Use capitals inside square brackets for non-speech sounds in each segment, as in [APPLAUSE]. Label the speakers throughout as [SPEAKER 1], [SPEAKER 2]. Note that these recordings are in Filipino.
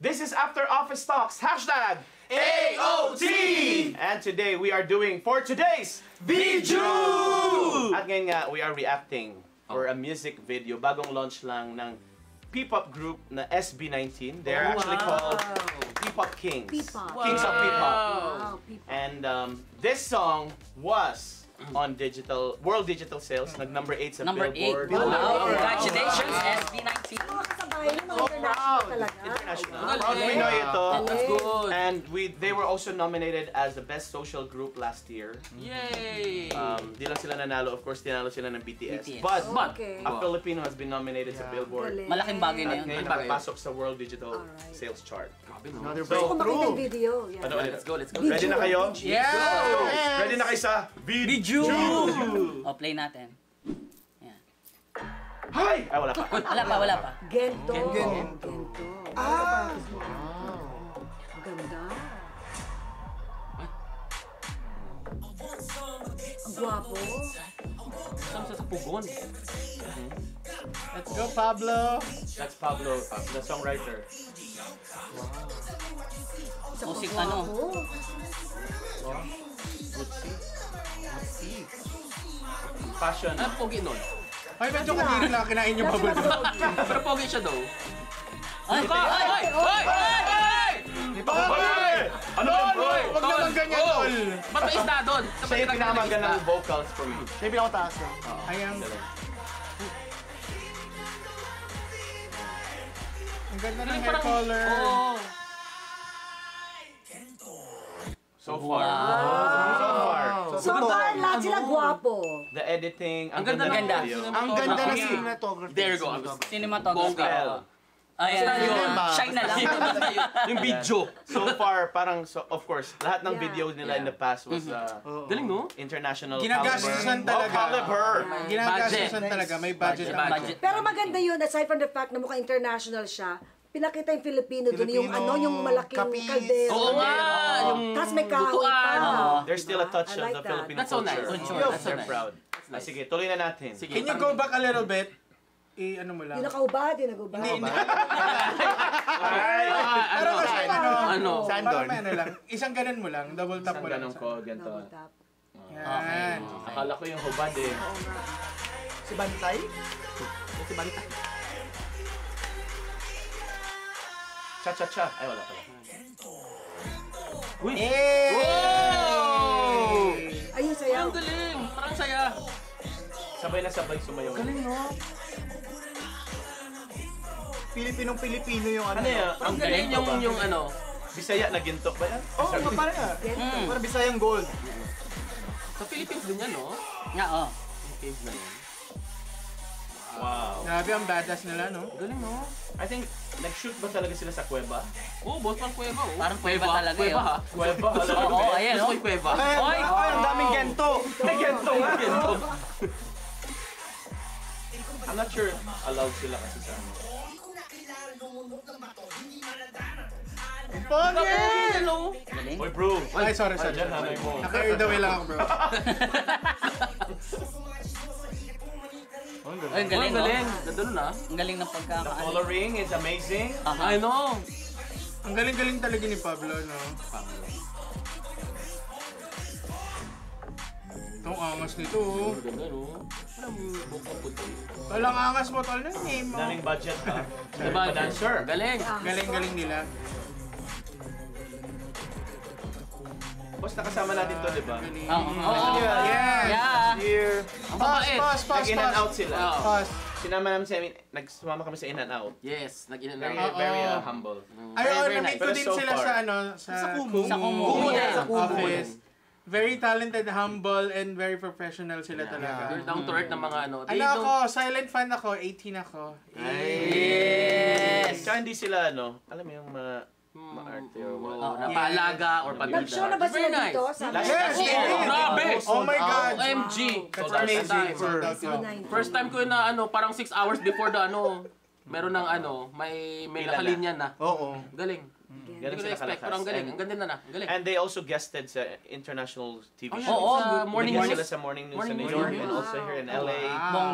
[SPEAKER 1] This is After Office Talks, hashtag AOT! And today we are doing for today's video! At ngayon nga, we are reacting for
[SPEAKER 2] Oh.
[SPEAKER 1] a music video, bagong launch lang ng P-pop group na SB19. They're actually called P-pop Kings.
[SPEAKER 3] P-pop.
[SPEAKER 1] Kings of P-pop.
[SPEAKER 3] Wow, people.
[SPEAKER 1] And um, this song was on digital world digital sales nag number 8 sa
[SPEAKER 2] Mm. Number 8.
[SPEAKER 1] Billboard.
[SPEAKER 2] Wow.
[SPEAKER 3] Wow.
[SPEAKER 2] Congratulations,
[SPEAKER 1] Wow.
[SPEAKER 2] SB19.
[SPEAKER 3] Mga kasabay yung mga
[SPEAKER 1] So
[SPEAKER 3] international
[SPEAKER 1] proud.
[SPEAKER 3] talaga.
[SPEAKER 1] International.
[SPEAKER 2] Galing.
[SPEAKER 1] Proud Pinoy ito.
[SPEAKER 2] Oh, That's good.
[SPEAKER 1] And we they were also nominated as the best social group last year.
[SPEAKER 2] Yay!
[SPEAKER 1] Um, di lang sila nanalo, of course, tinalo sila ng BTS.
[SPEAKER 2] BTS.
[SPEAKER 1] But
[SPEAKER 2] But,
[SPEAKER 3] Okay.
[SPEAKER 1] a Filipino has been nominated sa
[SPEAKER 4] Yeah.
[SPEAKER 1] Billboard.
[SPEAKER 3] Oh, Galing.
[SPEAKER 2] malaking bagay na
[SPEAKER 1] At
[SPEAKER 2] yun.
[SPEAKER 1] ngayon
[SPEAKER 2] Malaking bagay.
[SPEAKER 1] nakapasok sa World Digital
[SPEAKER 3] Alright.
[SPEAKER 1] Sales Chart.
[SPEAKER 4] Another
[SPEAKER 1] So,
[SPEAKER 3] Kung makita yung
[SPEAKER 1] True.
[SPEAKER 3] video. Yeah.
[SPEAKER 1] Ano ulit?
[SPEAKER 2] Let's go, let's go.
[SPEAKER 3] Video.
[SPEAKER 1] Ready na kayo?
[SPEAKER 2] Yeah!
[SPEAKER 1] Ready na kayo sa
[SPEAKER 2] Video!
[SPEAKER 1] Video!
[SPEAKER 2] O, Oh, play natin. Yan.
[SPEAKER 1] Hi! Ah, wala pa.
[SPEAKER 2] Wala pa, wala pa.
[SPEAKER 3] Gento.
[SPEAKER 4] Gento.
[SPEAKER 3] Gento. Ah! Ang Ganda. Ang Gwapo.
[SPEAKER 2] Samsa sa pugon.
[SPEAKER 4] Go Pablo!
[SPEAKER 1] That's Pablo, uh, the songwriter.
[SPEAKER 2] Music ano?
[SPEAKER 3] Oh,
[SPEAKER 1] Passion.
[SPEAKER 2] Ah, pogi [LAUGHS] nun.
[SPEAKER 4] Ay, medyo kadiri na kinain yung bubble gum.
[SPEAKER 2] Pero pogi siya daw. Ay, ay, ay, ay, ay, ay, ay!
[SPEAKER 1] Pablo! Ano yan, bro?
[SPEAKER 4] Huwag naman ganyan,
[SPEAKER 2] Oh!
[SPEAKER 4] tol!
[SPEAKER 2] Ba't may isda doon? Ba't
[SPEAKER 1] Siya yung
[SPEAKER 2] may
[SPEAKER 1] pinamangga
[SPEAKER 2] isda?
[SPEAKER 1] ng vocals for me.
[SPEAKER 4] Siya pinakataas na. Ayan, ang ganda ng
[SPEAKER 2] Galing
[SPEAKER 4] hair
[SPEAKER 2] parang-
[SPEAKER 4] color.
[SPEAKER 2] Oo.
[SPEAKER 1] So far. So far.
[SPEAKER 3] So
[SPEAKER 1] Ano?
[SPEAKER 3] far, lahat sila gwapo.
[SPEAKER 1] The editing, ang
[SPEAKER 2] Ang ganda
[SPEAKER 1] ganda, ng
[SPEAKER 2] ng-
[SPEAKER 1] video.
[SPEAKER 2] ganda.
[SPEAKER 4] Ang ganda ng
[SPEAKER 2] Okay.
[SPEAKER 4] cinematography.
[SPEAKER 2] There you go.
[SPEAKER 1] Bongga.
[SPEAKER 2] Cinematography. Ayan, yun.
[SPEAKER 4] Cinema.
[SPEAKER 2] Shine na lang. Yung video.
[SPEAKER 1] So far, parang, so, of course, lahat ng
[SPEAKER 3] Yeah.
[SPEAKER 1] videos nila in the past was uh,
[SPEAKER 2] Galing, no?
[SPEAKER 1] international
[SPEAKER 4] Ginagastusan
[SPEAKER 1] caliber.
[SPEAKER 4] talaga.
[SPEAKER 1] Oh, caliber.
[SPEAKER 4] Ginagastusan
[SPEAKER 2] Budget.
[SPEAKER 4] talaga. May budget.
[SPEAKER 2] Budget.
[SPEAKER 4] ang-
[SPEAKER 2] Budget.
[SPEAKER 3] Pero maganda yun, aside from the fact na mukhang international siya, pinakita yung Filipino, doon yung ano,
[SPEAKER 4] Filipino,
[SPEAKER 3] yung malaking
[SPEAKER 4] kapis.
[SPEAKER 3] kaldero.
[SPEAKER 2] Oo nga, yung
[SPEAKER 3] Tapos may kahoy pa. Diba?
[SPEAKER 2] lutuan. Mm. Oo.
[SPEAKER 1] There's still a touch
[SPEAKER 3] I like
[SPEAKER 1] of the
[SPEAKER 3] that.
[SPEAKER 1] Filipino
[SPEAKER 2] That's so
[SPEAKER 1] culture.
[SPEAKER 2] nice.
[SPEAKER 1] Oh,
[SPEAKER 2] That's so
[SPEAKER 1] they're
[SPEAKER 2] nice.
[SPEAKER 1] proud. Ah, sige, tuloy na natin.
[SPEAKER 2] Sige.
[SPEAKER 4] Can you go back a little bit? I, ano mo lang.
[SPEAKER 3] Yung nakaubad, yung nakaubad.
[SPEAKER 4] Hindi,
[SPEAKER 1] Ay!
[SPEAKER 2] Ah,
[SPEAKER 4] Pero
[SPEAKER 2] ano?
[SPEAKER 4] kasi ano,
[SPEAKER 2] Ano?
[SPEAKER 4] parang
[SPEAKER 1] Sandon.
[SPEAKER 4] may ano lang, isang ganun mo lang, double
[SPEAKER 1] Isang
[SPEAKER 4] tap mo lang.
[SPEAKER 1] ganong ko, ganito.
[SPEAKER 3] Double tap.
[SPEAKER 2] Okay.
[SPEAKER 4] Yan.
[SPEAKER 1] Akala ko yung hubad eh.
[SPEAKER 4] Si Bantay?
[SPEAKER 2] Si Banta.
[SPEAKER 1] Cha-cha-cha. Ay, wala pala.
[SPEAKER 2] Uy!
[SPEAKER 4] Eh!
[SPEAKER 2] Wow!
[SPEAKER 3] Ayun, sayaw.
[SPEAKER 2] Ang galing! Parang saya.
[SPEAKER 1] Sabay na sabay sumayaw.
[SPEAKER 2] no?
[SPEAKER 4] Pilipinong Pilipino yung ano.
[SPEAKER 1] Ano yun?
[SPEAKER 2] Ang galing yung, yung ano.
[SPEAKER 1] Bisaya na ginto ba yan?
[SPEAKER 4] Oo, oh, parang nga.
[SPEAKER 2] Mm.
[SPEAKER 4] Parang Bisayang Gold.
[SPEAKER 2] Sa Philippines din yan, no?
[SPEAKER 5] Nga, oh.
[SPEAKER 2] Yung cave na yun.
[SPEAKER 1] Wow.
[SPEAKER 4] Grabe ang badass nila, no?
[SPEAKER 2] Galing, no?
[SPEAKER 1] I think, nag-shoot ba talaga sila sa
[SPEAKER 2] [LAUGHS]
[SPEAKER 1] cueva?
[SPEAKER 2] Oh, boss, parang kuweba, oh.
[SPEAKER 5] Parang kuweba talaga,
[SPEAKER 2] Kuweba,
[SPEAKER 5] eh,
[SPEAKER 2] ha?
[SPEAKER 1] Cueva, alam mo
[SPEAKER 5] Oo, oh,
[SPEAKER 1] ba?
[SPEAKER 5] ayan,
[SPEAKER 6] Ano?
[SPEAKER 2] Gusto ko
[SPEAKER 5] oh.
[SPEAKER 2] yung kuweba.
[SPEAKER 5] Oy!
[SPEAKER 4] Ay, ang daming gento!
[SPEAKER 1] Ay, ginto nga! I'm not sure allowed sila kasi sa ano.
[SPEAKER 2] Grabe, hello!
[SPEAKER 5] Galing.
[SPEAKER 1] Oy, bro!
[SPEAKER 4] Ay, sorry, sorry.
[SPEAKER 1] Diyan, hanay mo.
[SPEAKER 4] Naka-air the way lang ako, bro.
[SPEAKER 5] Oy, ang
[SPEAKER 2] Oh,
[SPEAKER 5] galing,
[SPEAKER 2] Ang galing.
[SPEAKER 5] oh.
[SPEAKER 2] Ganda nun, ah.
[SPEAKER 5] Ang galing ng
[SPEAKER 1] The
[SPEAKER 5] pagkakaano.
[SPEAKER 1] coloring is amazing.
[SPEAKER 2] I know.
[SPEAKER 4] Ang galing-galing talaga ni Pablo, no? Itong angas nito, oh.
[SPEAKER 2] Ang ganda, no? Parang buhok ang puti.
[SPEAKER 4] Walang angas mo, tol. Ano yung name mo?
[SPEAKER 1] Daming budget ha.
[SPEAKER 2] Diba?
[SPEAKER 1] Daming dancer.
[SPEAKER 2] Galing.
[SPEAKER 3] Ah.
[SPEAKER 4] Galing-galing nila.
[SPEAKER 1] Boss, nakasama natin to, di ba?
[SPEAKER 4] Galing.
[SPEAKER 6] Ah,
[SPEAKER 5] Oo, oo.
[SPEAKER 4] Yes!
[SPEAKER 5] Yeah.
[SPEAKER 2] Ah.
[SPEAKER 1] Here.
[SPEAKER 2] Ang
[SPEAKER 4] Pass,
[SPEAKER 2] babae.
[SPEAKER 4] pass, pass,
[SPEAKER 1] Nag-in and out
[SPEAKER 4] pass.
[SPEAKER 1] sila.
[SPEAKER 2] Oo.
[SPEAKER 4] Pass.
[SPEAKER 1] Sinama namin sa, nagsumama kami sa in and out.
[SPEAKER 2] Yes, nag-in and
[SPEAKER 1] Very,
[SPEAKER 2] out.
[SPEAKER 1] very uh,
[SPEAKER 4] Oo.
[SPEAKER 1] humble.
[SPEAKER 4] Ayun,
[SPEAKER 2] Very, very
[SPEAKER 4] oh, na-meet
[SPEAKER 2] nice.
[SPEAKER 4] ko
[SPEAKER 1] Pero
[SPEAKER 4] din
[SPEAKER 1] so
[SPEAKER 4] sila
[SPEAKER 1] far.
[SPEAKER 4] sa ano, sa, Kumu.
[SPEAKER 5] Sa Kumu.
[SPEAKER 2] Kumu
[SPEAKER 4] Yeah.
[SPEAKER 2] din, sa
[SPEAKER 5] Kumu.
[SPEAKER 4] Office. Very talented, humble, and very professional sila talaga.
[SPEAKER 2] They're down to earth ng mga ano. They
[SPEAKER 4] Ano ako,
[SPEAKER 2] don't-
[SPEAKER 4] silent fan ako, 18 ako.
[SPEAKER 2] Yes!
[SPEAKER 1] Tsaka hindi sila, ano, alam mo yung mga maarte or what.
[SPEAKER 2] Mm, Oh, napaalaga or pag
[SPEAKER 3] Nag-show na ba sila
[SPEAKER 2] Very nice.
[SPEAKER 3] dito? Sa
[SPEAKER 1] Last-
[SPEAKER 4] Yes!
[SPEAKER 1] Yes!
[SPEAKER 4] yes.
[SPEAKER 2] Grabe!
[SPEAKER 4] Oh my God!
[SPEAKER 2] OMG!
[SPEAKER 1] That's
[SPEAKER 2] First
[SPEAKER 1] amazing.
[SPEAKER 2] time.
[SPEAKER 4] Sold out yun.
[SPEAKER 2] First time ko yun na ano, parang 6 hours before the ano, meron ng ano, may may
[SPEAKER 1] Pila na.
[SPEAKER 2] nakalinya na.
[SPEAKER 4] Oo.
[SPEAKER 2] Galing.
[SPEAKER 1] Ganun
[SPEAKER 2] Hindi ko
[SPEAKER 1] sila
[SPEAKER 2] na-expect, pero
[SPEAKER 1] kalakas.
[SPEAKER 2] ang galing.
[SPEAKER 1] And-
[SPEAKER 2] Ang ganda na na. Ang galing.
[SPEAKER 1] And they also guested sa international TV
[SPEAKER 2] Oh, yeah,
[SPEAKER 1] shows.
[SPEAKER 5] Oo,
[SPEAKER 2] sa
[SPEAKER 5] good-
[SPEAKER 2] morning
[SPEAKER 1] Bigyan
[SPEAKER 5] news.
[SPEAKER 1] sila sa morning news
[SPEAKER 2] Morning
[SPEAKER 1] sa New
[SPEAKER 2] news. Ah.
[SPEAKER 1] York and
[SPEAKER 3] Wow.
[SPEAKER 1] also here in LA.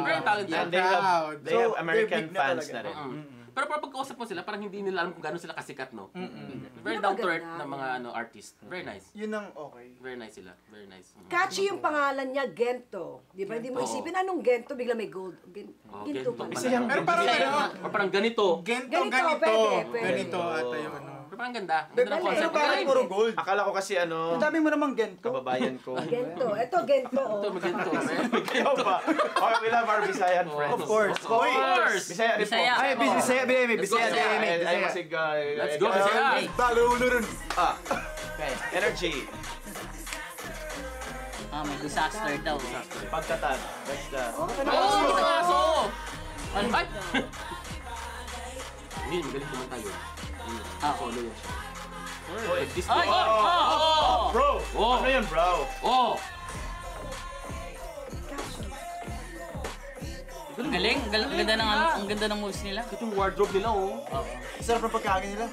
[SPEAKER 2] Very talented.
[SPEAKER 1] And they have, they have American fans na rin.
[SPEAKER 2] Mm. Pero parang pagkausap mo sila, parang hindi nila alam kung gaano sila kasikat, no?
[SPEAKER 1] Mm.
[SPEAKER 3] Yun
[SPEAKER 2] Very
[SPEAKER 3] ang
[SPEAKER 2] down to earth
[SPEAKER 3] maganda.
[SPEAKER 2] na mga ano artist. Very nice.
[SPEAKER 5] Yun ang okay.
[SPEAKER 2] Very nice sila. Very nice. Mm.
[SPEAKER 3] Catchy yung pangalan niya, Gento. Di ba? Hindi mo
[SPEAKER 2] Gento.
[SPEAKER 3] isipin anong Gento, bigla may gold. Gen-
[SPEAKER 2] Oh,
[SPEAKER 3] Ginto
[SPEAKER 2] ganito
[SPEAKER 3] pala.
[SPEAKER 1] Isa yung-
[SPEAKER 4] Pero parang
[SPEAKER 2] Isa yung-
[SPEAKER 4] ano-
[SPEAKER 2] or parang ganito.
[SPEAKER 4] Gento,
[SPEAKER 3] Ganito,
[SPEAKER 4] ganito.
[SPEAKER 3] pwede, pwede.
[SPEAKER 4] Ganito ata
[SPEAKER 1] Oh.
[SPEAKER 4] yung ano.
[SPEAKER 2] Pero parang ganda. Ang
[SPEAKER 5] Pero
[SPEAKER 3] Dali.
[SPEAKER 2] Ganda ng
[SPEAKER 5] pero
[SPEAKER 2] concept.
[SPEAKER 5] bakit
[SPEAKER 2] Ay,
[SPEAKER 5] puro gold?
[SPEAKER 1] Akala ko kasi ano,
[SPEAKER 5] Ang dami mo namang gento.
[SPEAKER 1] kababayan ko.
[SPEAKER 3] Gento. Ito, Gento.
[SPEAKER 2] Ito,
[SPEAKER 3] Oh.
[SPEAKER 2] magento.
[SPEAKER 1] Ikaw ba? Okay, we love our Bisayan friends.
[SPEAKER 5] Of course.
[SPEAKER 2] Of course.
[SPEAKER 1] Bisaya rin po.
[SPEAKER 2] Bisaya.
[SPEAKER 5] Ay,
[SPEAKER 2] Oo.
[SPEAKER 5] Bisaya, Bisaya, Bisaya,
[SPEAKER 2] Bisaya.
[SPEAKER 5] Bisaya.
[SPEAKER 1] Ay, ay,
[SPEAKER 5] Bisaya.
[SPEAKER 1] masig, ah, eh,
[SPEAKER 2] Let's go,
[SPEAKER 1] eh,
[SPEAKER 2] Bisaya.
[SPEAKER 5] Bago ulo rin.
[SPEAKER 1] Ah. Energy.
[SPEAKER 6] Ah, may disaster daw.
[SPEAKER 1] Pagkatan. ah. That's the...
[SPEAKER 2] Oh, isang aso! Ay! Ay! Hindi, magaling kumanta yun. Yun. Ah, follow yun siya. Like this.
[SPEAKER 6] Ay!
[SPEAKER 2] Oh!
[SPEAKER 6] Oh! Oh!
[SPEAKER 1] Bro!
[SPEAKER 2] Oh.
[SPEAKER 1] Ano yun, bro?
[SPEAKER 2] Oh!
[SPEAKER 3] Catchy.
[SPEAKER 6] Ang galing. Ang gal- ang ganda ng, ano, ang ganda ng moves nila.
[SPEAKER 2] Ito yung wardrobe nila, oh.
[SPEAKER 5] Sarap ng pagkain nila.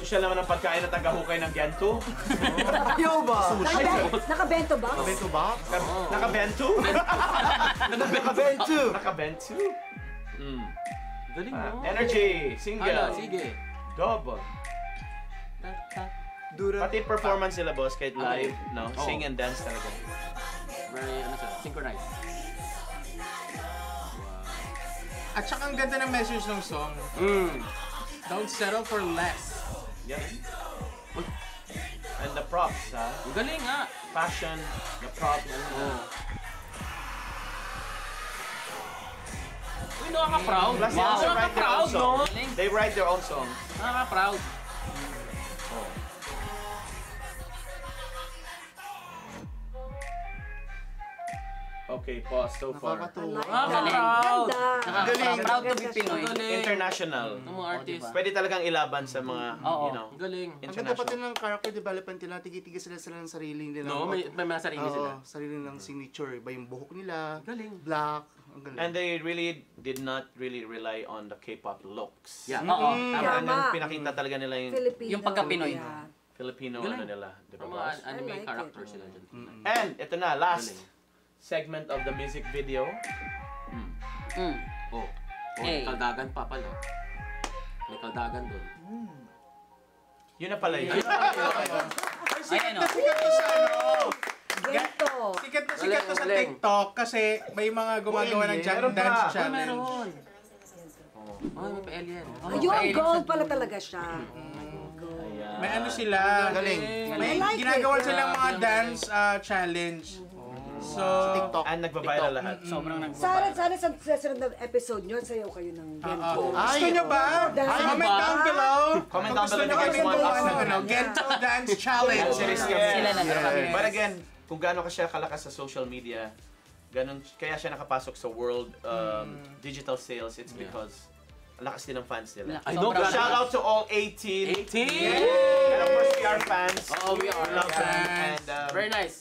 [SPEAKER 1] Social naman ang pagkain ng taga-hukay ng Gento.
[SPEAKER 5] [LAUGHS] Ayaw ba?
[SPEAKER 3] Naka- Naka-bento box?
[SPEAKER 5] Bento ba?
[SPEAKER 1] Naka-bento?
[SPEAKER 5] [LAUGHS] Bento!
[SPEAKER 1] Naka-bento?
[SPEAKER 2] Galing,
[SPEAKER 1] Ah,
[SPEAKER 2] oh.
[SPEAKER 1] Energy.
[SPEAKER 2] Hala,
[SPEAKER 1] Single.
[SPEAKER 2] Ano, sige.
[SPEAKER 1] Double.
[SPEAKER 5] Dura.
[SPEAKER 1] Pati performance sila, boss, kahit
[SPEAKER 2] Okay.
[SPEAKER 1] live, no?
[SPEAKER 2] Oo.
[SPEAKER 1] Sing and dance talaga.
[SPEAKER 2] Very, ano siya, synchronized.
[SPEAKER 4] At saka ang ganda ng message ng song.
[SPEAKER 2] Mm.
[SPEAKER 4] Don't settle for less.
[SPEAKER 1] Yan. And the props, ha?
[SPEAKER 2] Ang galing, ah.
[SPEAKER 1] Fashion, the props.
[SPEAKER 2] Oh. Uy, nakaka-proud.
[SPEAKER 1] Plus, they
[SPEAKER 2] Wow.
[SPEAKER 1] also write their own
[SPEAKER 2] Nakaka-proud, no?
[SPEAKER 1] songs. They write their own songs.
[SPEAKER 2] Nakaka-proud.
[SPEAKER 1] Okay, pause so far.
[SPEAKER 3] I
[SPEAKER 4] Nakakatuwa.
[SPEAKER 3] like
[SPEAKER 2] Ah,
[SPEAKER 3] that.
[SPEAKER 2] proud.
[SPEAKER 3] Ganda.
[SPEAKER 6] Nakaka- proud to be Pinoy.
[SPEAKER 2] Ang galing.
[SPEAKER 1] International.
[SPEAKER 2] Ng mga artist.
[SPEAKER 1] Pwede talagang ilaban sa mga,
[SPEAKER 6] Oo.
[SPEAKER 1] you know,
[SPEAKER 2] Ang galing.
[SPEAKER 5] Ang ganda pati
[SPEAKER 1] international.
[SPEAKER 5] ng character development nila, tigitigas sila sila ng sarili nila.
[SPEAKER 2] No, may, may mga sarili sila.
[SPEAKER 5] Oo, sarili nilang signature. Iba yung buhok nila.
[SPEAKER 2] Galing.
[SPEAKER 5] Black. Ang galing.
[SPEAKER 1] And they really did not really rely on the K-pop looks.
[SPEAKER 2] Yeah.
[SPEAKER 6] Oo, tama.
[SPEAKER 1] Tama.
[SPEAKER 3] Tama.
[SPEAKER 1] pinakita talaga nila yung
[SPEAKER 3] Filipino.
[SPEAKER 6] Yung pagka-Pinoy.
[SPEAKER 3] Yeah.
[SPEAKER 1] Filipino ano
[SPEAKER 2] Galing.
[SPEAKER 1] nila, di ba
[SPEAKER 2] Ang mga
[SPEAKER 1] boss?
[SPEAKER 2] an-
[SPEAKER 3] I
[SPEAKER 2] anime
[SPEAKER 3] like
[SPEAKER 2] character
[SPEAKER 3] it.
[SPEAKER 2] sila dyan.
[SPEAKER 1] And ito na, last
[SPEAKER 2] Galing.
[SPEAKER 1] segment of the music video.
[SPEAKER 6] Mm.
[SPEAKER 2] Oh. Oh,
[SPEAKER 6] Hey.
[SPEAKER 2] kaldagan pa pala. May kaldagan doon.
[SPEAKER 1] Yun na pala yun.
[SPEAKER 6] Ayan o.
[SPEAKER 4] Sikat to sa ano.
[SPEAKER 3] Gento.
[SPEAKER 4] Sikat to sikat to sa
[SPEAKER 2] Galing, galing.
[SPEAKER 4] TikTok kasi may mga gumagawa ng jam
[SPEAKER 1] Meron pa.
[SPEAKER 4] dance
[SPEAKER 1] Uy,
[SPEAKER 4] challenge.
[SPEAKER 2] Ah, Oh, may pa-alien. Oh,
[SPEAKER 3] Ayun, gold pala talaga siya.
[SPEAKER 1] Ayan.
[SPEAKER 4] May ano sila.
[SPEAKER 5] Galing.
[SPEAKER 4] May
[SPEAKER 3] I like
[SPEAKER 4] ginagawa
[SPEAKER 3] it.
[SPEAKER 4] silang mga
[SPEAKER 2] Galing.
[SPEAKER 4] dance ah, challenge. So,
[SPEAKER 5] TikTok.
[SPEAKER 1] And nagbabiral lahat.
[SPEAKER 6] Sobrang
[SPEAKER 3] Sana,
[SPEAKER 6] nagbaba.
[SPEAKER 3] sana sa susunod na episode nyo, sayaw kayo ng Gento.
[SPEAKER 4] Oo.
[SPEAKER 5] Ay,
[SPEAKER 4] ah, gusto nyo ba?
[SPEAKER 3] oo, dance.
[SPEAKER 4] Comment down below.
[SPEAKER 1] Comment
[SPEAKER 4] Kung
[SPEAKER 1] down
[SPEAKER 4] gusto
[SPEAKER 1] below if
[SPEAKER 4] nyo kami
[SPEAKER 1] you want
[SPEAKER 4] gawa
[SPEAKER 1] us to
[SPEAKER 4] ng ano,
[SPEAKER 3] do.
[SPEAKER 4] Gento Dance Challenge.
[SPEAKER 1] Serious ka.
[SPEAKER 6] Sila lang talaga.
[SPEAKER 5] Yes.
[SPEAKER 1] But again, kung gaano ka siya kalakas sa social media, ganun, kaya siya nakapasok sa world um, digital sales, it's
[SPEAKER 2] Yeah.
[SPEAKER 1] because ang lakas din ng fans nila.
[SPEAKER 6] Lakas.
[SPEAKER 2] I know,
[SPEAKER 6] Sobrang-
[SPEAKER 1] Shout out to all 18.
[SPEAKER 2] 18!
[SPEAKER 1] And of course, we are fans.
[SPEAKER 2] Oh, we are.
[SPEAKER 1] love them. And
[SPEAKER 4] Fans.
[SPEAKER 1] um,
[SPEAKER 2] Very nice.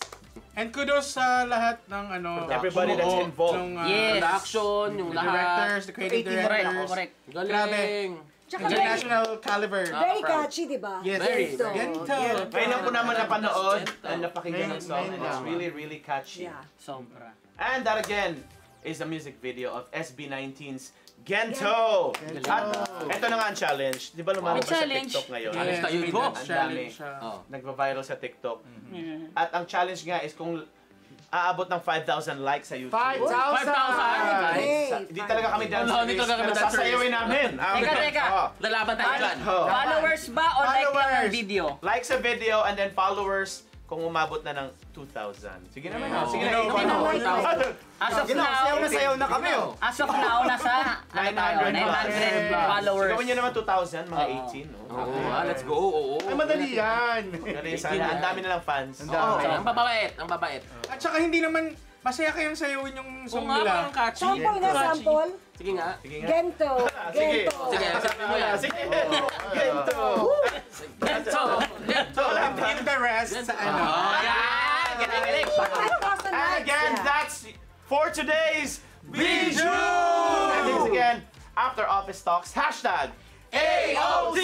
[SPEAKER 4] And kudos sa lahat ng ano.
[SPEAKER 1] Everybody that's
[SPEAKER 4] bumuo
[SPEAKER 1] involved.
[SPEAKER 4] ng, ah,
[SPEAKER 6] Yes.
[SPEAKER 2] Production, yung
[SPEAKER 4] The
[SPEAKER 2] lahat.
[SPEAKER 4] directors, the creative
[SPEAKER 6] Correct,
[SPEAKER 4] directors.
[SPEAKER 6] correct.
[SPEAKER 2] Galing.
[SPEAKER 4] Grabe.
[SPEAKER 3] Tsaka very,
[SPEAKER 4] International caliber.
[SPEAKER 3] very catchy, di ba?
[SPEAKER 4] Ah, Yes.
[SPEAKER 2] Ah, Very.
[SPEAKER 3] Gento.
[SPEAKER 4] Gento.
[SPEAKER 1] Ngayon lang ko naman napanood and napakinggan ng
[SPEAKER 5] Ngayon-
[SPEAKER 1] song and
[SPEAKER 5] ngayon
[SPEAKER 1] it's
[SPEAKER 5] lang.
[SPEAKER 1] really, really catchy.
[SPEAKER 3] Yeah.
[SPEAKER 6] Sobra.
[SPEAKER 1] And that again is the music video of SB19's Gento! At ito na nga ang challenge. Di ba lumalabas
[SPEAKER 6] May
[SPEAKER 1] sa
[SPEAKER 6] challenge.
[SPEAKER 1] TikTok ngayon?
[SPEAKER 2] Yes. Alis tayo,
[SPEAKER 4] may
[SPEAKER 2] go.
[SPEAKER 4] dance challenge siya.
[SPEAKER 2] Oh.
[SPEAKER 1] Nagva-viral sa TikTok. At ang challenge nga is kung aabot ng 5,000 likes sa YouTube.
[SPEAKER 4] Ah,
[SPEAKER 2] 5,000!
[SPEAKER 3] Hey,
[SPEAKER 1] ah, Sa- Di talaga kami dance
[SPEAKER 2] Wala, di talaga kami
[SPEAKER 1] pero
[SPEAKER 2] dancers.
[SPEAKER 1] sasayawin namin. Ah,
[SPEAKER 6] Teka,
[SPEAKER 1] okay.
[SPEAKER 6] teka.
[SPEAKER 1] Oo.
[SPEAKER 2] Lalaban tayo dyan.
[SPEAKER 1] Oh.
[SPEAKER 6] Followers ba o like lang ng
[SPEAKER 4] Followers.
[SPEAKER 6] video?
[SPEAKER 1] Like sa video and then followers kung umabot na ng 2,000. Sige naman. ah.
[SPEAKER 2] Oh.
[SPEAKER 1] Sige na.
[SPEAKER 4] Ginawa ko,
[SPEAKER 1] ikaw na.
[SPEAKER 4] ano?
[SPEAKER 6] As of
[SPEAKER 5] Ginaw,
[SPEAKER 6] now,
[SPEAKER 5] sayaw na sayaw na kami oh.
[SPEAKER 6] as of now, nasa ano tayo,
[SPEAKER 1] 900
[SPEAKER 6] 900
[SPEAKER 1] plus.
[SPEAKER 6] followers.
[SPEAKER 1] Gawin nyo naman 2,000, mga
[SPEAKER 6] Oo.
[SPEAKER 1] 18. No?
[SPEAKER 2] Oo, ah, let's go. Oo, oo.
[SPEAKER 5] Ay, madali yan.
[SPEAKER 1] Dali sana. Ang dami nilang fans.
[SPEAKER 5] Ang dami.
[SPEAKER 2] Okay, ang babait, ang babait.
[SPEAKER 4] At saka hindi naman masaya kayong sayawin yung
[SPEAKER 2] Kung
[SPEAKER 4] song
[SPEAKER 2] nga
[SPEAKER 4] nila.
[SPEAKER 2] parang catchy.
[SPEAKER 3] Sample nga,
[SPEAKER 2] Catchy.
[SPEAKER 3] sample.
[SPEAKER 2] Sige nga.
[SPEAKER 1] Sige nga.
[SPEAKER 3] Gento.
[SPEAKER 1] Sige.
[SPEAKER 3] Gento.
[SPEAKER 2] Sige, sabi mo yan.
[SPEAKER 1] Sige. Gento.
[SPEAKER 2] Gento! Gento!
[SPEAKER 1] Wala ba?
[SPEAKER 4] Leave the rest sa ano.
[SPEAKER 2] Oh, yan! Galing, galing!
[SPEAKER 1] And
[SPEAKER 3] 5,000 likes.
[SPEAKER 1] again,
[SPEAKER 3] yeah.
[SPEAKER 1] that's for today's Bijou! And thanks again, After Office Talks, hashtag AOT!